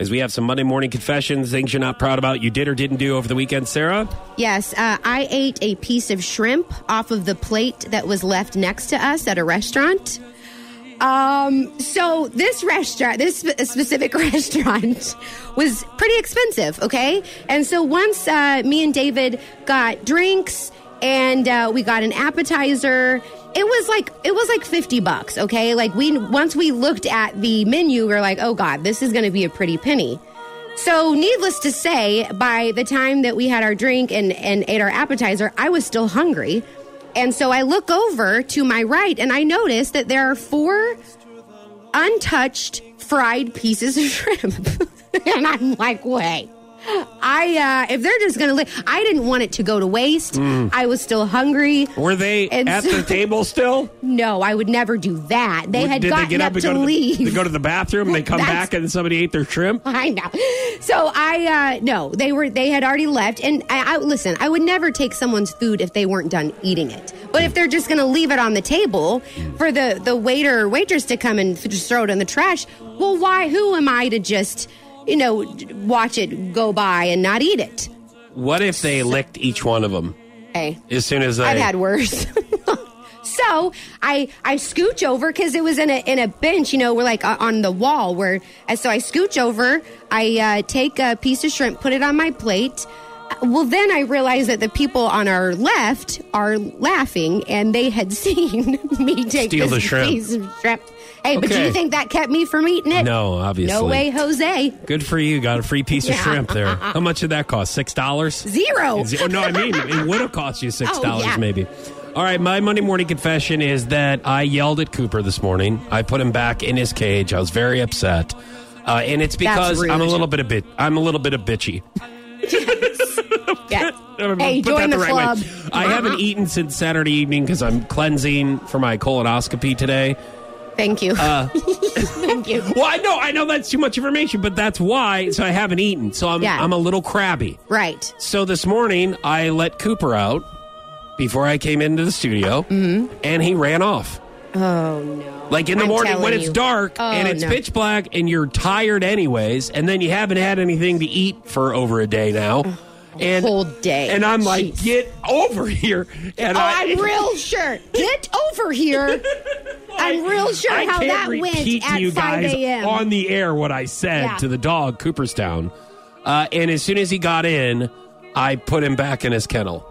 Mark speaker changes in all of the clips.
Speaker 1: as we have some Monday morning confessions, things you're not proud about, you did or didn't do over the weekend, Sarah.
Speaker 2: Yes, uh, I ate a piece of shrimp off of the plate that was left next to us at a restaurant. Um, so this restaurant, this spe- specific restaurant, was pretty expensive. Okay, and so once uh, me and David got drinks and uh, we got an appetizer. It was like it was like fifty bucks. Okay, like we once we looked at the menu, we are like, oh god, this is going to be a pretty penny. So, needless to say, by the time that we had our drink and, and ate our appetizer, I was still hungry. And so I look over to my right and I notice that there are four untouched fried pieces of shrimp. and I'm like, wait. I uh if they're just gonna li- I didn't want it to go to waste. I was still hungry.
Speaker 1: Mm. Were they
Speaker 2: And
Speaker 1: at
Speaker 2: so-
Speaker 1: the table still?
Speaker 2: No, I would never do that. They had
Speaker 1: did
Speaker 2: gotten
Speaker 1: they get up,
Speaker 2: to,
Speaker 1: and go to,
Speaker 2: leave.
Speaker 1: The, they go to the bathroom and they come
Speaker 2: That's-
Speaker 1: back and somebody ate their shrimp?
Speaker 2: I know. So I uh no, they were they had already left and I, I listen, I would never take someone's food if they weren't done eating it. But if they're just going to leave it on the table for the the waiter or waitress to come and just throw it in the trash, well why who am I to just you know d- watch it go by and not eat it?
Speaker 1: What if they licked each one of them
Speaker 2: Hey.
Speaker 1: as soon as they
Speaker 2: I've had worse. so I I scooch over because it was in a in a bench, you know, we're like uh, on the wall where. and So I scooch over. I uh, take a piece of shrimp, put it on my plate. Uh, Well, then I realized that the people on our left are laughing, and they had seen me take
Speaker 1: Steal
Speaker 2: this
Speaker 1: the shrimp.
Speaker 2: piece of shrimp. Hey, but do
Speaker 1: Okay.
Speaker 2: you think that kept me from eating it?
Speaker 1: No, obviously.
Speaker 2: No way, Jose.
Speaker 1: Good for you. Got a free piece of
Speaker 2: Yeah.
Speaker 1: shrimp there. How much did that cost? Six dollars?
Speaker 2: Zero.
Speaker 1: Is it- oh, no, I mean it would have cost you six dollars
Speaker 2: Oh. yeah.
Speaker 1: maybe. All right, my Monday morning confession is that I yelled at Cooper this morning. I put him back in his cage. I was very upset, uh, and it's because I'm a
Speaker 2: rude.
Speaker 1: little bit of bit. I'm a little bit of bitchy.
Speaker 2: Yeah.
Speaker 1: I'm gonna
Speaker 2: Hey,
Speaker 1: put that
Speaker 2: join the,
Speaker 1: right way.
Speaker 2: club. Uh-huh.
Speaker 1: I haven't eaten since Saturday evening because I'm cleansing for my colonoscopy today.
Speaker 2: Thank you.
Speaker 1: Uh.
Speaker 2: Thank you.
Speaker 1: Well, I know, I know that's too much information, but that's why. So I haven't eaten. So I'm
Speaker 2: Yeah.
Speaker 1: I'm a little crabby.
Speaker 2: Right.
Speaker 1: So this morning, I let Cooper out before I came into the studio, and he ran off.
Speaker 2: Oh no.
Speaker 1: Like in the
Speaker 2: Mm-hmm. I'm
Speaker 1: morning
Speaker 2: telling
Speaker 1: when it's
Speaker 2: you.
Speaker 1: dark
Speaker 2: Oh,
Speaker 1: and it's
Speaker 2: no.
Speaker 1: pitch black and you're tired anyways, and then you haven't had anything to eat for over a day now. And
Speaker 2: whole day.
Speaker 1: And I'm like,
Speaker 2: Jeez.
Speaker 1: get over here. And
Speaker 2: Oh,
Speaker 1: I,
Speaker 2: I'm real sure. Get over here. I'm real sure
Speaker 1: I
Speaker 2: how
Speaker 1: can't
Speaker 2: that
Speaker 1: repeat
Speaker 2: went
Speaker 1: to
Speaker 2: at
Speaker 1: you
Speaker 2: 5
Speaker 1: guys
Speaker 2: a.m.
Speaker 1: on the air what I said
Speaker 2: Yeah.
Speaker 1: to the dog Cooperstown. Uh, and as soon as he got in, I put him back in his kennel.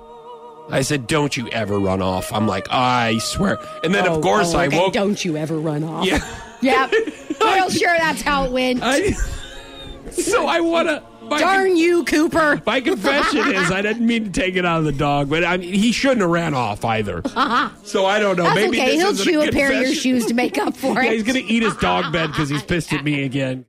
Speaker 1: I said, "Don't you ever run off." I'm like, "I swear." And then of course I woke.
Speaker 2: Oh, Don't you ever run off.
Speaker 1: Yeah.
Speaker 2: Yep. real sure that's how it went.
Speaker 1: I, so I wanna. My,
Speaker 2: Darn you, Cooper.
Speaker 1: my confession is I didn't mean to take it out of the dog, but I mean, he shouldn't have ran off either. So I don't know.
Speaker 2: Uh-huh. That's
Speaker 1: Maybe
Speaker 2: okay.
Speaker 1: this
Speaker 2: He'll
Speaker 1: isn't
Speaker 2: chew a pair of your
Speaker 1: confession.
Speaker 2: shoes to make up for
Speaker 1: Yeah,
Speaker 2: it.
Speaker 1: he's gonna eat his dog bed because he's pissed at me again.